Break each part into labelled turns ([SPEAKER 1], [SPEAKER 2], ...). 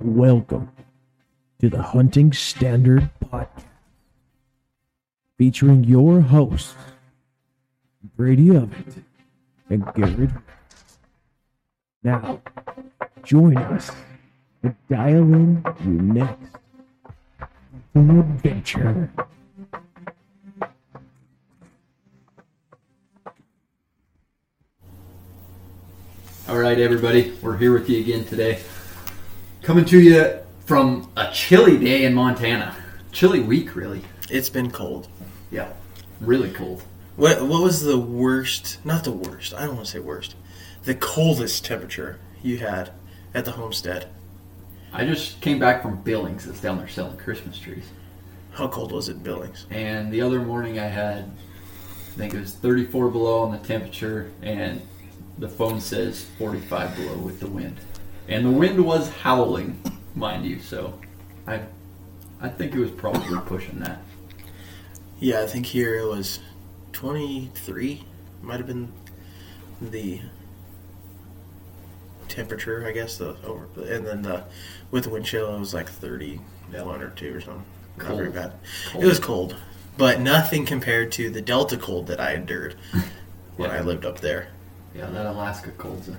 [SPEAKER 1] Welcome to the Hunting Standard Podcast, featuring your hosts, Brady Ovett and Garrett. Now, join us and dial in your next adventure.
[SPEAKER 2] All right, everybody, we're here with you again today. Coming to you from a chilly day in Montana. Chilly week, really.
[SPEAKER 3] It's been cold.
[SPEAKER 2] Yeah, really cold.
[SPEAKER 3] What what was the worst? Not the worst. I don't want to say worst. The coldest temperature you had at the homestead.
[SPEAKER 2] I just came back from Billings that's down there selling Christmas trees.
[SPEAKER 3] How cold was it in Billings?
[SPEAKER 2] And the other morning I had, I think it was 34 below on the temperature, and the phone says 45 below with the wind. And the wind was howling, mind you, so I, I think it was probably pushing that.
[SPEAKER 3] Yeah, I think here it was 23. Might have been the temperature, I guess. The over and then the with the wind chill, it was like 31 or two or something. Not very
[SPEAKER 2] Cold.
[SPEAKER 3] bad.
[SPEAKER 2] Cold.
[SPEAKER 3] It was cold, but nothing compared to the Delta cold that I endured when I
[SPEAKER 2] Yeah.
[SPEAKER 3] lived up there.
[SPEAKER 2] Yeah, that Alaska cold's a,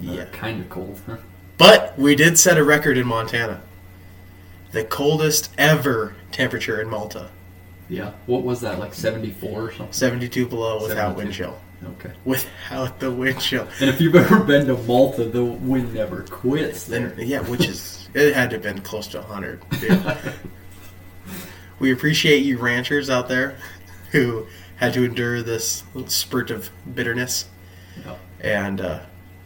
[SPEAKER 3] Yeah.
[SPEAKER 2] kind of cold, huh?
[SPEAKER 3] But we did set a record in Montana. The coldest ever temperature in Malta.
[SPEAKER 2] Yeah. What was that, like 74 or something?
[SPEAKER 3] 72 below without
[SPEAKER 2] 72.
[SPEAKER 3] wind chill.
[SPEAKER 2] Okay.
[SPEAKER 3] Without the wind chill.
[SPEAKER 2] And if you've ever been to Malta, the wind never quits
[SPEAKER 3] Then
[SPEAKER 2] there.
[SPEAKER 3] yeah, which is it had to have been close to 100. dude. we appreciate you ranchers out there who had to endure this spurt of bitterness
[SPEAKER 2] Yeah.
[SPEAKER 3] and uh,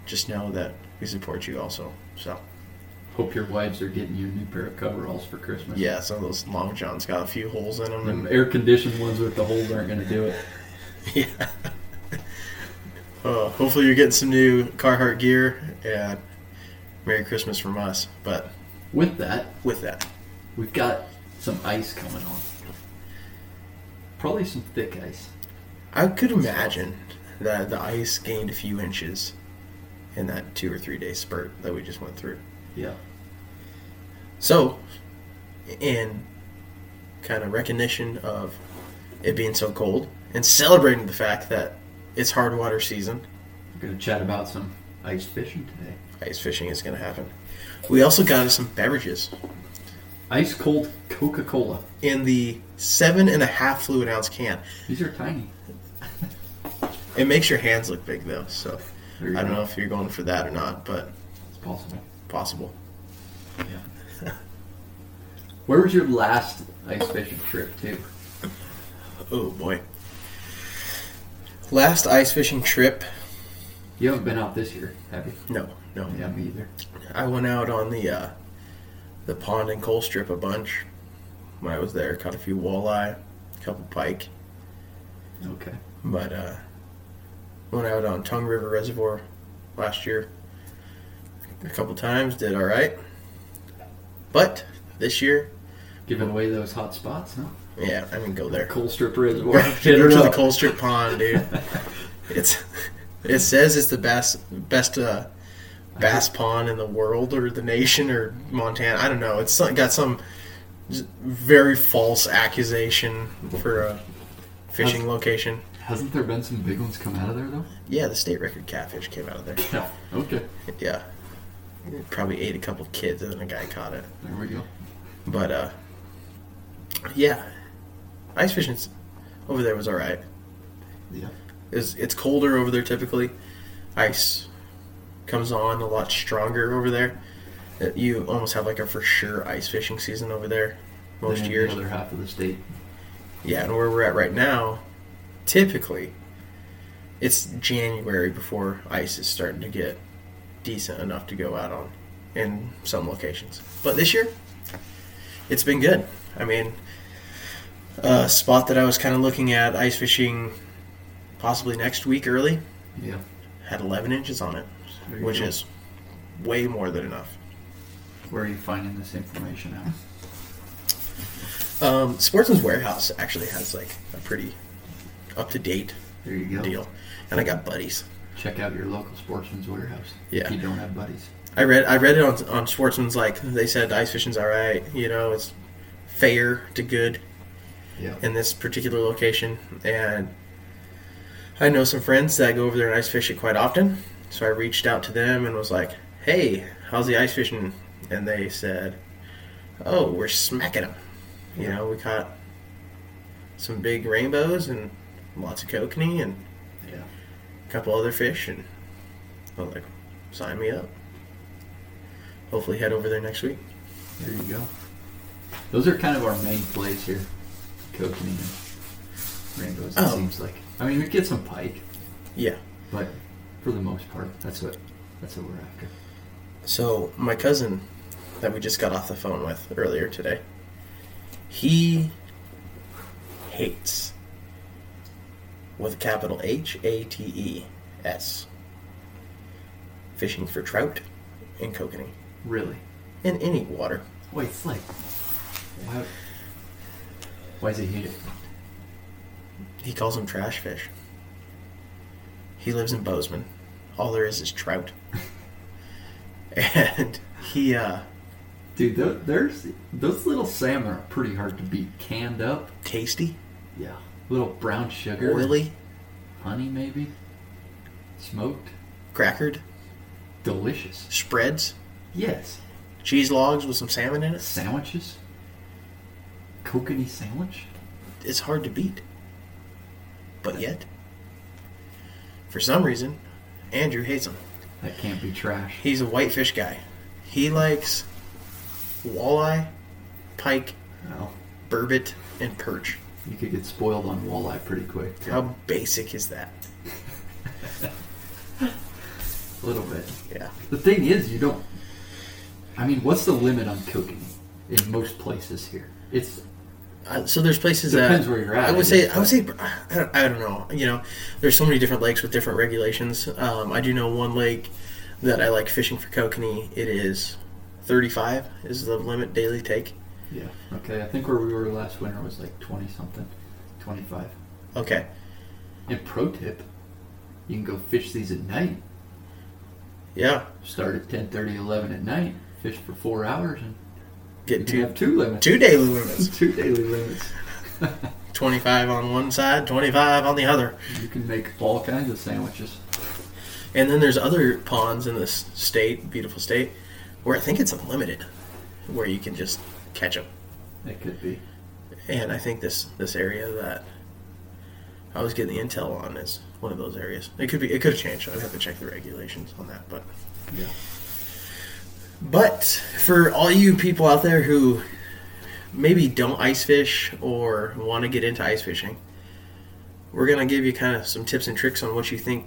[SPEAKER 3] just know that we support you also. So,
[SPEAKER 2] Hope your wives are getting you a new pair of coveralls for Christmas.
[SPEAKER 3] yeah, some of those long johns got a few holes in them and
[SPEAKER 2] Them air conditioned ones with the holes aren't going to do it.
[SPEAKER 3] Yeah. Uh, hopefully, you're getting some new Carhartt gear, and Merry Christmas from us. But
[SPEAKER 2] With that,
[SPEAKER 3] with that,
[SPEAKER 2] we've got some ice coming on. Probably some thick ice.
[SPEAKER 3] I could imagine that the ice gained a few inches in that two or three day spurt that we just went through.
[SPEAKER 2] Yeah.
[SPEAKER 3] So, in kind of recognition of it being so cold and celebrating the fact that it's hard water season,
[SPEAKER 2] We're going to chat about some ice fishing today.
[SPEAKER 3] ice fishing is going to happen. We also got us some beverages.
[SPEAKER 2] Ice cold Coca Cola.
[SPEAKER 3] in the seven and a half fluid ounce can.
[SPEAKER 2] These are tiny.
[SPEAKER 3] It makes your hands look big though, so I
[SPEAKER 2] There you
[SPEAKER 3] don't
[SPEAKER 2] go.
[SPEAKER 3] know if you're going for that or not, but
[SPEAKER 2] It's possible.
[SPEAKER 3] possible.
[SPEAKER 2] Yeah. Where was your last ice fishing trip to?
[SPEAKER 3] Oh boy. Last ice fishing trip?
[SPEAKER 2] You haven't been out this year, have you?
[SPEAKER 3] No, no.
[SPEAKER 2] Yeah, me either.
[SPEAKER 3] I went out on the uh, the pond and coal strip a bunch when I was there. Caught a few walleye, a couple pike,
[SPEAKER 2] Okay.
[SPEAKER 3] but uh, went out on Tongue River Reservoir last year a couple times. Did all right, but this year
[SPEAKER 2] Giving away those hot spots, huh?
[SPEAKER 3] Yeah, I mean, go there.
[SPEAKER 2] Coal strip reservoir. Hit
[SPEAKER 3] Go
[SPEAKER 2] it
[SPEAKER 3] to the
[SPEAKER 2] up.
[SPEAKER 3] Colster Pond, dude. it's it says it's the best best uh, bass pond in the world or the nation or Montana. I don't know. It's some- got some j- very false accusation for a fishing location.
[SPEAKER 2] Hasn't there been some big ones come out of there though?
[SPEAKER 3] Yeah, the state record catfish came out of there.
[SPEAKER 2] Yeah. Okay.
[SPEAKER 3] Yeah, probably ate a couple kids and then a guy caught it.
[SPEAKER 2] There we go.
[SPEAKER 3] But uh, yeah, ice fishing over there was all right.
[SPEAKER 2] Yeah.
[SPEAKER 3] is it's colder over there typically. Ice comes on a lot stronger over there. Uh, You almost have like a for sure ice fishing season over there most
[SPEAKER 2] Then in
[SPEAKER 3] years.
[SPEAKER 2] The other half of the state.
[SPEAKER 3] Yeah, and where we're at right now, typically it's January before ice is starting to get decent enough to go out on in some locations. But this year, it's been good. I mean, a spot that I was kind of looking at ice fishing possibly next week early
[SPEAKER 2] Yeah.
[SPEAKER 3] had 11 inches on it,
[SPEAKER 2] There you
[SPEAKER 3] which
[SPEAKER 2] go.
[SPEAKER 3] is way more than enough.
[SPEAKER 2] Where are you finding this information out?
[SPEAKER 3] Um, Sportsman's Warehouse actually has like a pretty up to date
[SPEAKER 2] There you go.
[SPEAKER 3] deal, and I got buddies.
[SPEAKER 2] check out your local sportsman's warehouse.
[SPEAKER 3] Yeah.
[SPEAKER 2] If you don't have buddies.
[SPEAKER 3] I read I read it on on Sportsman's like they said ice fishing's all right, you know, it's fair to good
[SPEAKER 2] Yeah.
[SPEAKER 3] in this particular location and I know some friends that go over there and ice fish it quite often. So I reached out to them and was like, "Hey, how's the ice fishing?" And they said, "Oh, we're smacking them." You know, we caught some big rainbows and lots of kokanee and
[SPEAKER 2] Yeah.
[SPEAKER 3] a couple other fish, and I was like, sign me up. Hopefully, head over there next week.
[SPEAKER 2] There you go. Those are kind of our main plays here. Kokanee and rainbows, it
[SPEAKER 3] Oh.
[SPEAKER 2] seems like. I mean, we get some pike,
[SPEAKER 3] Yeah.
[SPEAKER 2] but for the most part, that's what that's what we're after.
[SPEAKER 3] So my cousin that we just got off the phone with earlier today, he hates with a capital H A T E S fishing for trout and kokanee
[SPEAKER 2] Really?
[SPEAKER 3] in any water.
[SPEAKER 2] Wait, it's like, why, why does he hate it?
[SPEAKER 3] He calls them trash fish. He lives in Bozeman. All there is is trout. and he, uh,
[SPEAKER 2] Dude, tho- there's those little salmon are pretty hard to beat. Canned up,
[SPEAKER 3] tasty,
[SPEAKER 2] yeah. Little brown sugar,
[SPEAKER 3] oily,
[SPEAKER 2] honey maybe, smoked,
[SPEAKER 3] crackered,
[SPEAKER 2] delicious.
[SPEAKER 3] spreads,
[SPEAKER 2] Yes,
[SPEAKER 3] cheese logs with some salmon in it.
[SPEAKER 2] sandwiches, coconut sandwich.
[SPEAKER 3] It's hard to beat. But yet, for some reason, Andrew hates them.
[SPEAKER 2] That can't be trash.
[SPEAKER 3] He's a whitefish guy. He likes walleye, pike,
[SPEAKER 2] No,
[SPEAKER 3] burbot, and perch.
[SPEAKER 2] you could get spoiled on walleye pretty quick.
[SPEAKER 3] How basic is that?
[SPEAKER 2] A little bit.
[SPEAKER 3] Yeah.
[SPEAKER 2] The thing is, you don't. I mean, what's the limit on cooking in most places here? It's
[SPEAKER 3] Uh, so there's places
[SPEAKER 2] Depends
[SPEAKER 3] that
[SPEAKER 2] where you're at, I
[SPEAKER 3] I would say
[SPEAKER 2] guess,
[SPEAKER 3] I would say I don't, I don't know. You know, there's so many different lakes with different regulations. Um, I do know one lake that I like fishing for kokanee. It is 35 is the limit daily take.
[SPEAKER 2] yeah. Okay, I think where we were last winter was like twenty something, twenty five.
[SPEAKER 3] Okay,
[SPEAKER 2] And pro tip, you can go fish these at night.
[SPEAKER 3] yeah,
[SPEAKER 2] Start at 10, 11 at night. Fish for four hours, and
[SPEAKER 3] get
[SPEAKER 2] you can
[SPEAKER 3] two
[SPEAKER 2] have two limits.
[SPEAKER 3] two daily limits.
[SPEAKER 2] two daily limits.
[SPEAKER 3] 25 on one side, 25 on the other.
[SPEAKER 2] You can make all kinds of sandwiches.
[SPEAKER 3] And then there's other ponds in this state, beautiful state, where I think it's unlimited, where you can just catch them.
[SPEAKER 2] It could be.
[SPEAKER 3] And I think this this area that I was getting the intel on is one of those areas. It could be it could have changed. I'd have to check the regulations on that. But
[SPEAKER 2] Yeah.
[SPEAKER 3] but for all you people out there who maybe don't ice fish or want to get into ice fishing, we're gonna give you kind of some tips and tricks on what you think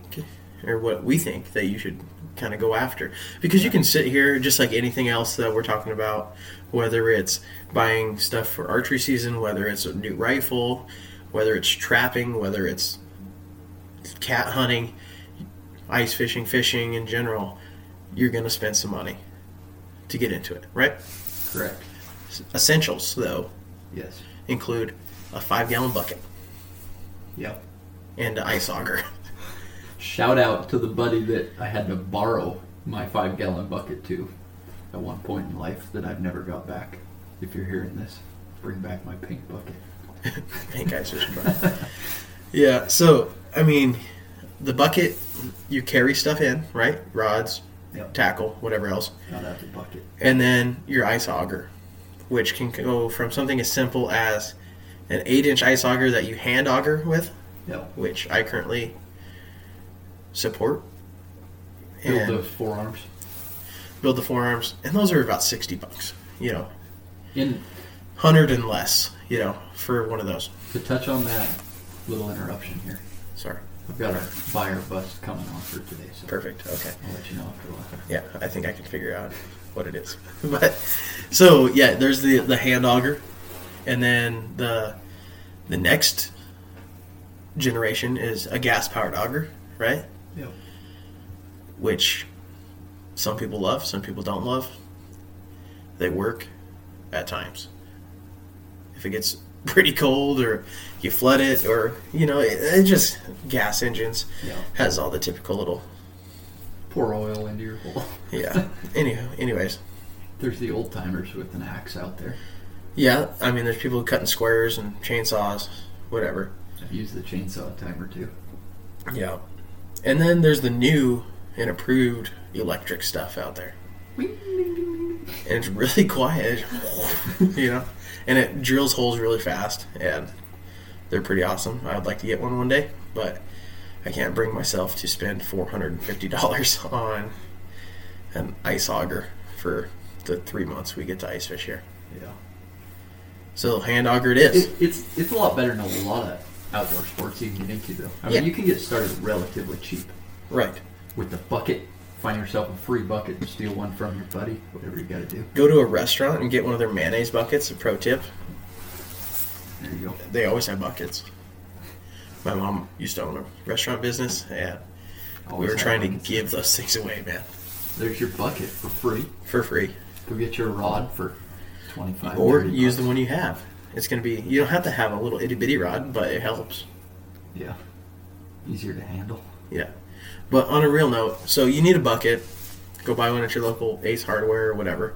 [SPEAKER 3] or what we think that you should kind of go after because you can sit here just like anything else that we're talking about whether it's buying stuff for archery season whether it's a new rifle whether it's trapping whether it's cat hunting ice fishing fishing in general you're going to spend some money to get into it right
[SPEAKER 2] Correct.
[SPEAKER 3] essentials though
[SPEAKER 2] Yes.
[SPEAKER 3] include a five gallon bucket
[SPEAKER 2] Yep.
[SPEAKER 3] and an ice auger
[SPEAKER 2] Shout out to the buddy that I had to borrow my five gallon bucket to at one point in life that I've never got back. If you're hearing this, bring back my pink bucket.
[SPEAKER 3] pink ice fishing bucket. yeah, so I mean, the bucket you carry stuff in, right? Rods,
[SPEAKER 2] Yep.
[SPEAKER 3] tackle, whatever else,
[SPEAKER 2] Shout out to bucket.
[SPEAKER 3] and then your ice auger, which can go from something as simple as an eight-inch ice auger that you hand auger with,
[SPEAKER 2] Yep.
[SPEAKER 3] which I currently support,
[SPEAKER 2] Build
[SPEAKER 3] and
[SPEAKER 2] those forearms.
[SPEAKER 3] build the forearms, and those are about sixty bucks. You know,
[SPEAKER 2] In
[SPEAKER 3] hundred and less. You know, for one of those.
[SPEAKER 2] to touch on that little interruption here.
[SPEAKER 3] Sorry.
[SPEAKER 2] I've got our buyer bus coming on for today, so
[SPEAKER 3] Perfect. Okay.
[SPEAKER 2] I'll let you know after a while.
[SPEAKER 3] Yeah, I think I can figure out what it is. But so yeah, there's the the hand auger, and then the the next generation is a gas powered auger, right?
[SPEAKER 2] Yep.
[SPEAKER 3] Which some people love, some people don't love. They work at times. If it gets pretty cold or you flood it or you know it, it just gas engines
[SPEAKER 2] Yeah.
[SPEAKER 3] has all the typical little
[SPEAKER 2] Pour oil into your hole.
[SPEAKER 3] yeah anyhow anyways
[SPEAKER 2] There's the old timers with an axe out there.
[SPEAKER 3] yeah i mean there's people cutting squares and chainsaws whatever
[SPEAKER 2] I've used the chainsaw timer too.
[SPEAKER 3] yeah and then there's the new and approved electric stuff out there and it's really quiet you know and it drills holes really fast and they're pretty awesome i would like to get one one day but i can't bring myself to spend $450 on an ice auger for the three months we get to ice fish here
[SPEAKER 2] Yeah.
[SPEAKER 3] so hand auger it is
[SPEAKER 2] It, it's it's a lot better than a lot of outdoor sports you can get into though. I mean
[SPEAKER 3] Yeah.
[SPEAKER 2] you can get started relatively cheap.
[SPEAKER 3] right
[SPEAKER 2] With the bucket, find yourself a free bucket and steal one from your buddy, whatever you gotta do.
[SPEAKER 3] go to a restaurant and get one of their mayonnaise buckets a pro tip
[SPEAKER 2] There you go.
[SPEAKER 3] they always have buckets my mom used to own a restaurant business and we
[SPEAKER 2] Always
[SPEAKER 3] were
[SPEAKER 2] have
[SPEAKER 3] trying to
[SPEAKER 2] one.
[SPEAKER 3] give those things away man
[SPEAKER 2] There's your bucket for free.
[SPEAKER 3] for free
[SPEAKER 2] Go get your rod for twenty five.
[SPEAKER 3] or use the one you have. It's gonna be you don't have to have a little itty bitty rod, but it helps.
[SPEAKER 2] Yeah. Easier to handle.
[SPEAKER 3] Yeah. But on a real note, so you need a bucket. Go buy one at your local Ace Hardware or whatever.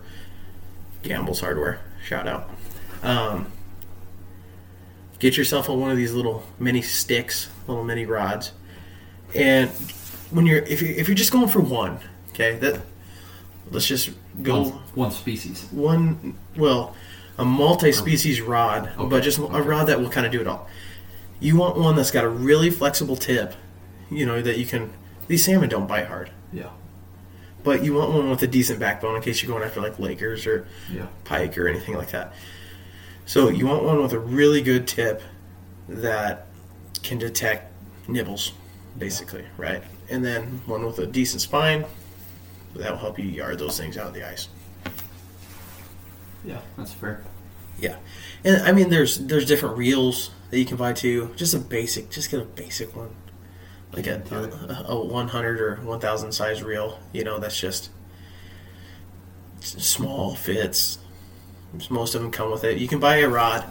[SPEAKER 3] Gamble's Hardware, shout out. Um, get yourself a, one of these little mini sticks, little mini rods, and when you're if you if you're just going for one, okay, that let's just go.
[SPEAKER 2] One, one species.
[SPEAKER 3] one well a multi-species rod
[SPEAKER 2] Oh. Okay,
[SPEAKER 3] but just
[SPEAKER 2] okay.
[SPEAKER 3] a rod that will kind of do it all you want one that's got a really flexible tip you know that you can these salmon don't bite hard
[SPEAKER 2] Yeah.
[SPEAKER 3] but you want one with a decent backbone in case you're going after like lakers or
[SPEAKER 2] Yeah.
[SPEAKER 3] pike or anything like that so you want one with a really good tip that can detect nibbles basically right and then one with a decent spine that will help you yard those things out of the ice
[SPEAKER 2] Yeah. That's fair.
[SPEAKER 3] Yeah, and I mean, there's there's different reels that you can buy too. Just a basic, just get a basic one, like a a, a 100 or 1,000 size reel. You know, that's just s- small fits. Most of them come with it. You can buy a rod.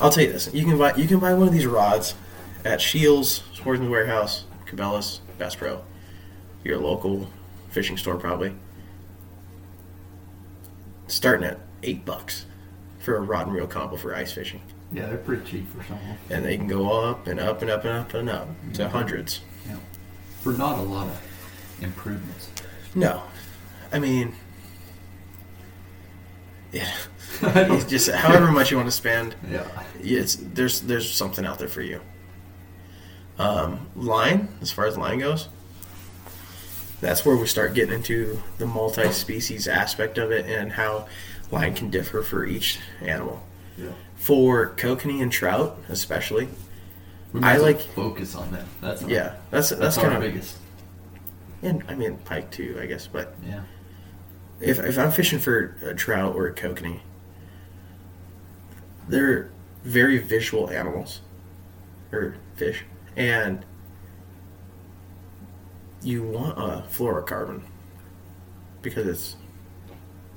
[SPEAKER 3] I'll tell you this: you can buy you can buy one of these rods at Shields, Sportsman's Warehouse, Cabela's, Bass Pro, your local fishing store probably. Starting at eight bucks for a rod and reel combo for ice fishing.
[SPEAKER 2] Yeah, they're pretty cheap for someone.
[SPEAKER 3] And they can go up and up and up and up and up
[SPEAKER 2] Mm-hmm.
[SPEAKER 3] to hundreds.
[SPEAKER 2] Yeah. For not a lot of improvements.
[SPEAKER 3] No. I mean, yeah. It's
[SPEAKER 2] yeah.
[SPEAKER 3] just however much you want to spend, it's there's there's something out there for you. Um, line, as far as line goes, that's where we start getting into the multi-species aspect of it and how line can differ for each animal.
[SPEAKER 2] Yeah.
[SPEAKER 3] For kokanee and trout, especially,
[SPEAKER 2] We might as well
[SPEAKER 3] like-
[SPEAKER 2] focus on them. That's our,
[SPEAKER 3] yeah, that's that's,
[SPEAKER 2] That's,
[SPEAKER 3] kind
[SPEAKER 2] our
[SPEAKER 3] of
[SPEAKER 2] biggest.
[SPEAKER 3] And I mean pike too, I guess. But
[SPEAKER 2] Yeah.
[SPEAKER 3] if if I'm fishing for a trout or a kokanee, they're very visual animals or fish, and you want a fluorocarbon because it's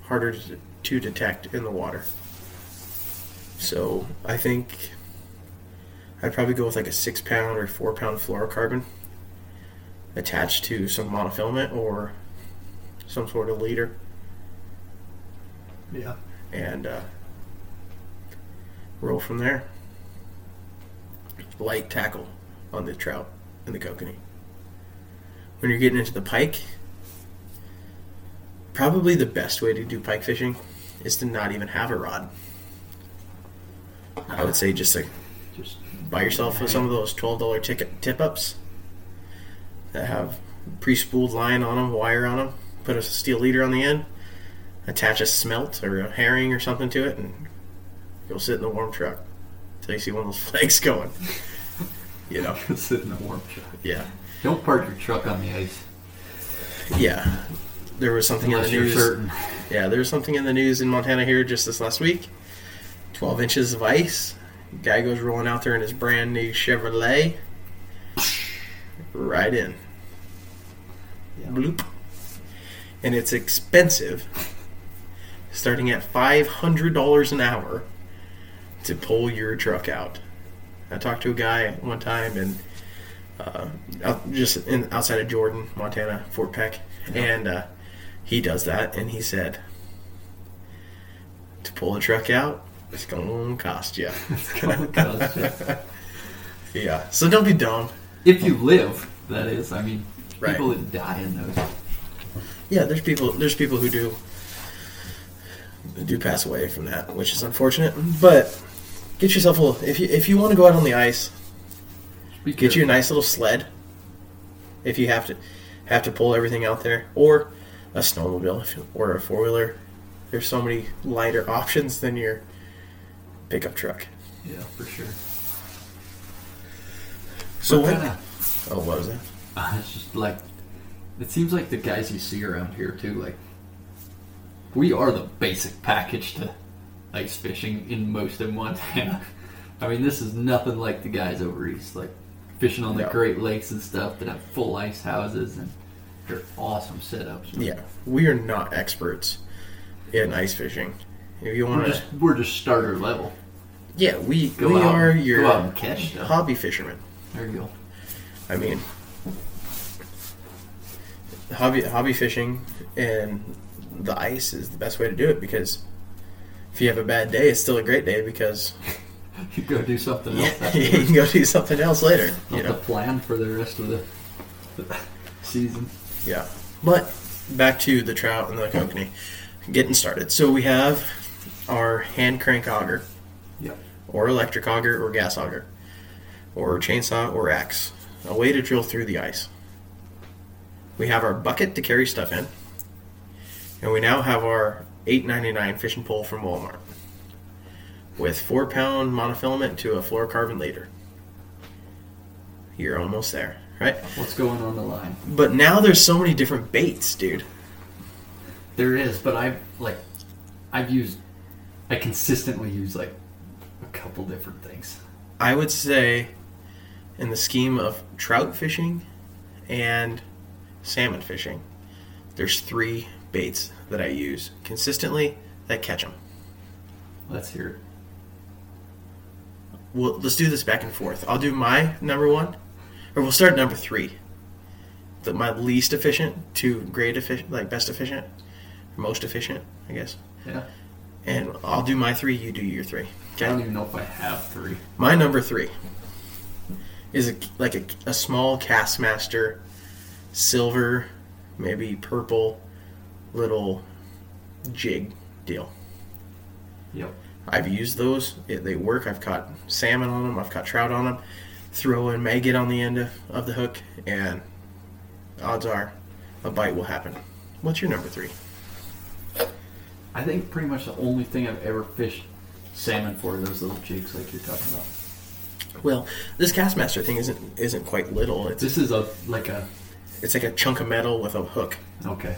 [SPEAKER 3] harder to, to detect in the water. So I think I'd probably go with like a six pound or four pound fluorocarbon attached to some monofilament or some sort of leader
[SPEAKER 2] Yeah.
[SPEAKER 3] and uh, roll from there. Light tackle on the trout and the kokanee. When you're getting into the pike, probably the best way to do pike fishing is to not even have a rod. I would say just to
[SPEAKER 2] Just
[SPEAKER 3] buy yourself some of those twelve dollar ticket tip ups that have pre-spooled line on them, wire on them. Put a steel leader on the end, attach a smelt or a herring or something to it, and you'll sit in the warm truck until you see one of those flags going. you know,
[SPEAKER 2] sit in the warm truck.
[SPEAKER 3] yeah,
[SPEAKER 2] Don't park your truck on the ice
[SPEAKER 3] yeah. There was something in
[SPEAKER 2] unless
[SPEAKER 3] the
[SPEAKER 2] you're
[SPEAKER 3] news.
[SPEAKER 2] certain.
[SPEAKER 3] Yeah, there was something in the news in Montana here just this last week. Twelve inches of ice. Guy goes rolling out there in his brand new Chevrolet. Right in.
[SPEAKER 2] Yeah.
[SPEAKER 3] Bloop. And it's expensive. Starting at five hundred dollars an hour to pull your truck out. I talked to a guy one time and uh, out, just in, outside of Jordan, Montana, Fort Peck, and uh, he does that, and he said, "To pull a truck out, it's gonna cost you." yeah, so don't be dumb.
[SPEAKER 2] if you live, that is. I mean,
[SPEAKER 3] Right.
[SPEAKER 2] people that die in those.
[SPEAKER 3] Yeah, there's people. There's people who do do pass away from that, which is unfortunate. But get yourself a little. If you if you want to go out on the ice,
[SPEAKER 2] Be
[SPEAKER 3] get you a
[SPEAKER 2] careful.
[SPEAKER 3] nice little sled. If you have to have to pull everything out there, or a snowmobile, if you- or a four wheeler. There's so many lighter options than your pickup truck.
[SPEAKER 2] Yeah, for sure.
[SPEAKER 3] So
[SPEAKER 2] What
[SPEAKER 3] what?
[SPEAKER 2] kinda-
[SPEAKER 3] Oh, what was that?
[SPEAKER 2] Uh, it's just like it seems like the guys you see around here too. Like we are the basic package to ice fishing in most of Montana. I mean, this is nothing like the guys over east, like fishing on the
[SPEAKER 3] No.
[SPEAKER 2] Great Lakes and stuff that have full ice houses and they're awesome setups.
[SPEAKER 3] Yeah, we are not experts in ice fishing. If you
[SPEAKER 2] We're
[SPEAKER 3] want to,
[SPEAKER 2] just we're just starter level.
[SPEAKER 3] yeah, we
[SPEAKER 2] Go
[SPEAKER 3] we
[SPEAKER 2] out,
[SPEAKER 3] are
[SPEAKER 2] and-
[SPEAKER 3] your
[SPEAKER 2] go out and catch stuff.
[SPEAKER 3] hobby fishermen.
[SPEAKER 2] There you go.
[SPEAKER 3] I mean, hobby hobby fishing and the ice is the best way to do it because if you have a bad day, it's still a great day because
[SPEAKER 2] You go do something
[SPEAKER 3] you,
[SPEAKER 2] else. afterwards.
[SPEAKER 3] can go do something else later. You
[SPEAKER 2] Not the
[SPEAKER 3] know,
[SPEAKER 2] plan for the rest of the, the season.
[SPEAKER 3] yeah. But back to the trout and the kokanee, getting started. So we have our hand crank auger,
[SPEAKER 2] Yep.
[SPEAKER 3] or electric auger, or gas auger, or chainsaw, or axe. A way to drill through the ice. We have our bucket to carry stuff in. And we now have our 8.99 fishing pole from Walmart with 4 pound monofilament to a fluorocarbon leader. You're almost there, right?
[SPEAKER 2] What's going on the line?
[SPEAKER 3] But now there's so many different baits, dude.
[SPEAKER 2] There is, but I've like, I've used, I consistently use like a couple different things.
[SPEAKER 3] I would say in the scheme of trout fishing and salmon fishing, there's 3 baits that I use consistently that catch them.
[SPEAKER 2] Let's hear
[SPEAKER 3] Well, let's do this back and forth. I'll do my number one, or we'll start at number three. The, my least efficient to great efficient, like best efficient, most efficient, I guess.
[SPEAKER 2] it. Yeah.
[SPEAKER 3] And I'll do my three. You do your three.
[SPEAKER 2] I don't
[SPEAKER 3] Okay.
[SPEAKER 2] even know if I have three.
[SPEAKER 3] My number three is a, like a, a small Castmaster, silver, maybe purple, little jig deal.
[SPEAKER 2] Yep.
[SPEAKER 3] I've used those. It, they work. I've caught salmon on them. I've caught trout on them. Throw in maggot on the end of, of the hook, and odds are a bite will happen. What's your number three?
[SPEAKER 2] I think pretty much the only thing I've ever fished salmon for are those little jigs like you're talking about.
[SPEAKER 3] Well, this castmaster thing isn't isn't quite little. It's
[SPEAKER 2] This is a like a
[SPEAKER 3] it's like a chunk of metal with a hook.
[SPEAKER 2] okay.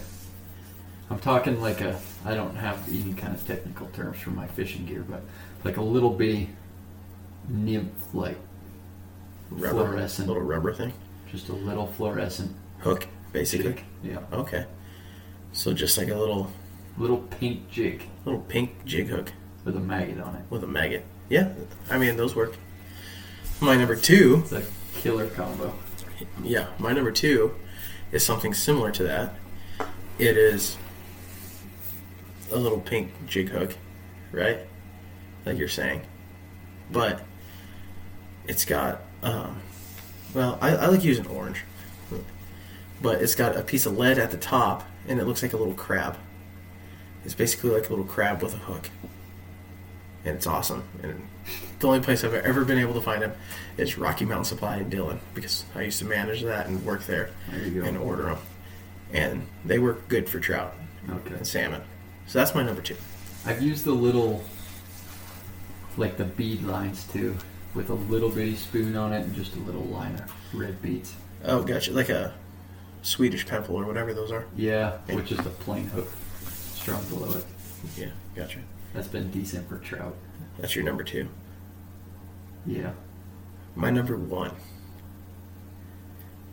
[SPEAKER 2] I'm talking like a. I don't have any kind of technical terms for my fishing gear, but like a little bitty nymph like
[SPEAKER 3] Rubber,
[SPEAKER 2] Fluorescent.
[SPEAKER 3] little rubber thing.
[SPEAKER 2] just a little fluorescent
[SPEAKER 3] Hook, basically.
[SPEAKER 2] jig. Yeah.
[SPEAKER 3] Okay. So just like a little
[SPEAKER 2] Little pink jig
[SPEAKER 3] little pink jig hook
[SPEAKER 2] with a maggot on it.
[SPEAKER 3] with a maggot. Yeah, I mean those work. My number two
[SPEAKER 2] It's a killer combo.
[SPEAKER 3] Yeah, my number two is something similar to that. It is a little pink jig hook, right? Like you're saying. But it's got, um, well, I, I like using orange. But it's got a piece of lead at the top, and it looks like a little crab. It's basically like a little crab with a hook. And it's awesome. And the only place I've ever been able to find them is Rocky Mountain Supply in Dillon because I used to manage that and work there,
[SPEAKER 2] There you go.
[SPEAKER 3] and order them. And they work good for trout
[SPEAKER 2] Okay.
[SPEAKER 3] and salmon. So that's my number two.
[SPEAKER 2] I've used the little, like the bead lines too, with a little bitty spoon on it and just a little line of red beads.
[SPEAKER 3] Oh, gotcha. Like a Swedish pimple or whatever those are.
[SPEAKER 2] Yeah, with just a plain hook strung below it.
[SPEAKER 3] Yeah, gotcha.
[SPEAKER 2] That's been decent for trout.
[SPEAKER 3] That's your number two.
[SPEAKER 2] Yeah.
[SPEAKER 3] My number one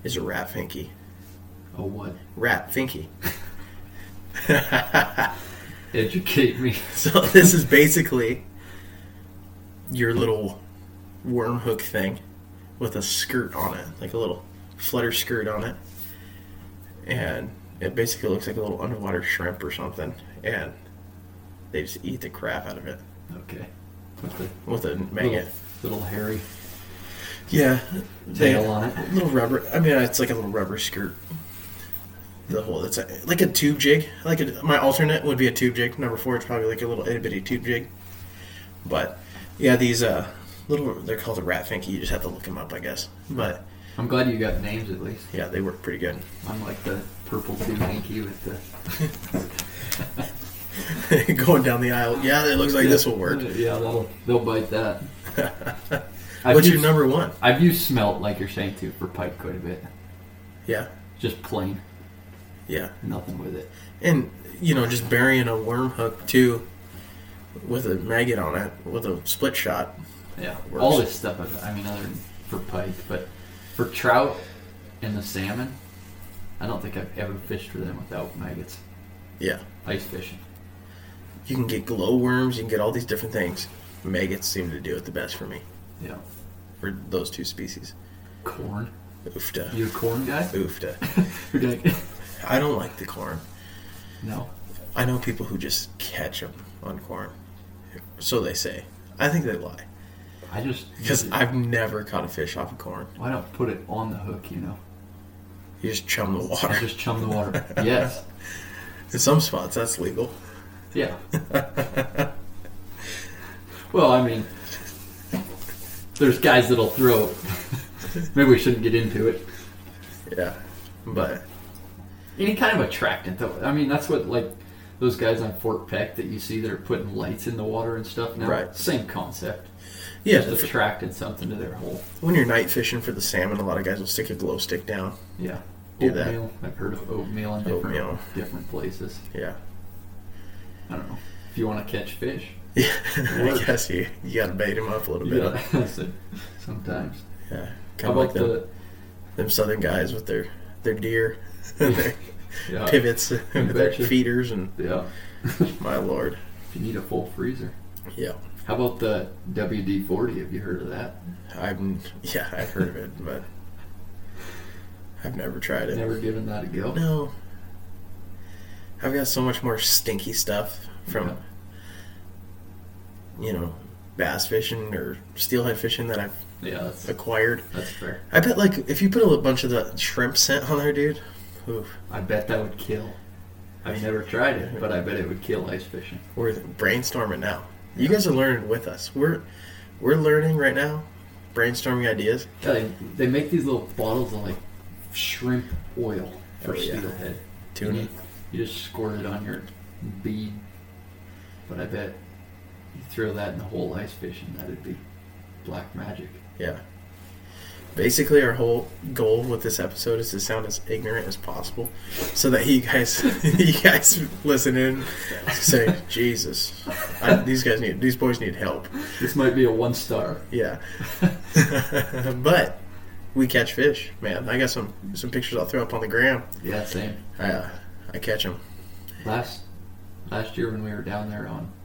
[SPEAKER 3] is a rat finky.
[SPEAKER 2] Oh, what?
[SPEAKER 3] Rat finky.
[SPEAKER 2] Educate me.
[SPEAKER 3] So this is basically your little worm hook thing with a skirt on it, like a little flutter skirt on it. And it basically looks like a little underwater shrimp or something. And they just eat the crap out of it
[SPEAKER 2] Okay. With the
[SPEAKER 3] with a
[SPEAKER 2] little,
[SPEAKER 3] maggot.
[SPEAKER 2] little hairy
[SPEAKER 3] Yeah. They,
[SPEAKER 2] tail on it.
[SPEAKER 3] little rubber. I mean, it's like a little rubber skirt. The whole it's a, like a tube jig. Like a, my alternate would be a tube jig. Number four, it's probably like a little itty bitty tube jig. But yeah, these uh little they're called a rat finky. You just have to look them up, I guess. But
[SPEAKER 2] I'm glad you got names at least.
[SPEAKER 3] yeah, they work pretty good.
[SPEAKER 2] I'm like the purple doohickey with the.
[SPEAKER 3] Going down the aisle, yeah, it looks like this will work.
[SPEAKER 2] Yeah, that'll, they'll bite that. I've
[SPEAKER 3] What's your
[SPEAKER 2] used-
[SPEAKER 3] number one?
[SPEAKER 2] I've used smelt, like you're saying, too, for pipe quite a bit.
[SPEAKER 3] Yeah,
[SPEAKER 2] Just plain,
[SPEAKER 3] yeah,
[SPEAKER 2] nothing with it.
[SPEAKER 3] and you know, just burying a worm hook too, with a maggot on it, with a split shot.
[SPEAKER 2] Yeah,
[SPEAKER 3] Works.
[SPEAKER 2] all this stuff. I've, I mean, other than for pike, but for trout and the salmon, I don't think I've ever fished for them without maggots.
[SPEAKER 3] Yeah,
[SPEAKER 2] Ice fishing.
[SPEAKER 3] You can get glowworms. You can get all these different things. Maggots seem to do it the best for me
[SPEAKER 2] Yeah,
[SPEAKER 3] for those two species.
[SPEAKER 2] corn.
[SPEAKER 3] Oofta,
[SPEAKER 2] You a corn guy?
[SPEAKER 3] oofta.
[SPEAKER 2] You're like,
[SPEAKER 3] I don't like the corn.
[SPEAKER 2] no.
[SPEAKER 3] I know people who just catch them on corn. So they say. I think they lie
[SPEAKER 2] I just
[SPEAKER 3] because I've never caught a fish off of corn.
[SPEAKER 2] Why not put it on the hook? You know,
[SPEAKER 3] You just chum the
[SPEAKER 2] I
[SPEAKER 3] water.
[SPEAKER 2] just chum the water. Yes.
[SPEAKER 3] In some spots, that's legal.
[SPEAKER 2] Yeah. well, I mean, there's guys that'll throw. Maybe we shouldn't get into it.
[SPEAKER 3] Yeah, but
[SPEAKER 2] any kind of attractant though i mean that's what like those guys on fort peck that you see that are putting lights in the water and stuff now
[SPEAKER 3] Right.
[SPEAKER 2] same concept
[SPEAKER 3] yeah,
[SPEAKER 2] just attracting something to their hole
[SPEAKER 3] when you're night fishing for the salmon, a lot of guys will stick a glow stick down.
[SPEAKER 2] yeah
[SPEAKER 3] Do that.
[SPEAKER 2] oatmeal i've heard of oatmeal in different,
[SPEAKER 3] Oatmeal.
[SPEAKER 2] different places
[SPEAKER 3] Yeah,
[SPEAKER 2] i don't know if you want to catch fish
[SPEAKER 3] yeah. I
[SPEAKER 2] Works.
[SPEAKER 3] guess you you gotta bait them up a little
[SPEAKER 2] you
[SPEAKER 3] bit.
[SPEAKER 2] know, that's it. sometimes
[SPEAKER 3] Yeah,
[SPEAKER 2] how
[SPEAKER 3] kind of
[SPEAKER 2] about
[SPEAKER 3] like them,
[SPEAKER 2] the
[SPEAKER 3] them southern guys with their their deer, and their
[SPEAKER 2] yeah,
[SPEAKER 3] pivots, and their
[SPEAKER 2] betcha.
[SPEAKER 3] feeders, and
[SPEAKER 2] yeah
[SPEAKER 3] my lord,
[SPEAKER 2] if you need a full freezer
[SPEAKER 3] yeah,
[SPEAKER 2] how about the wd-40 have you heard of that
[SPEAKER 3] I've yeah I've heard of it, but I've never tried it.
[SPEAKER 2] never given that a go
[SPEAKER 3] No, I've got so much more stinky stuff from you know bass fishing or steelhead fishing that I've
[SPEAKER 2] yeah that's,
[SPEAKER 3] acquired.
[SPEAKER 2] that's fair
[SPEAKER 3] I bet like if you put a bunch of the shrimp scent on there, dude. Oof.
[SPEAKER 2] I bet that would kill. I've never tried it, but I bet it would kill ice fishing.
[SPEAKER 3] We're brainstorming now. You guys are learning with us. We're we're learning right now, brainstorming ideas.
[SPEAKER 2] Yeah, they, they make these little bottles of like shrimp oil for
[SPEAKER 3] Oh, yeah.
[SPEAKER 2] steelhead.
[SPEAKER 3] Tuna.
[SPEAKER 2] And You, you just squirt it on your bead, but I bet you throw that in the whole ice fishing, that'd be black magic.
[SPEAKER 3] Yeah. Basically, our whole goal with this episode is to sound as ignorant as possible, so that you guys, you guys listen in, say, "Jesus, I, these guys need, these boys need help."
[SPEAKER 2] This might be a one star.
[SPEAKER 3] Yeah. but we catch fish, man. I got some some pictures I'll throw up on the gram.
[SPEAKER 2] Yeah, same.
[SPEAKER 3] I uh, I catch them.
[SPEAKER 2] Last last year when we were down there on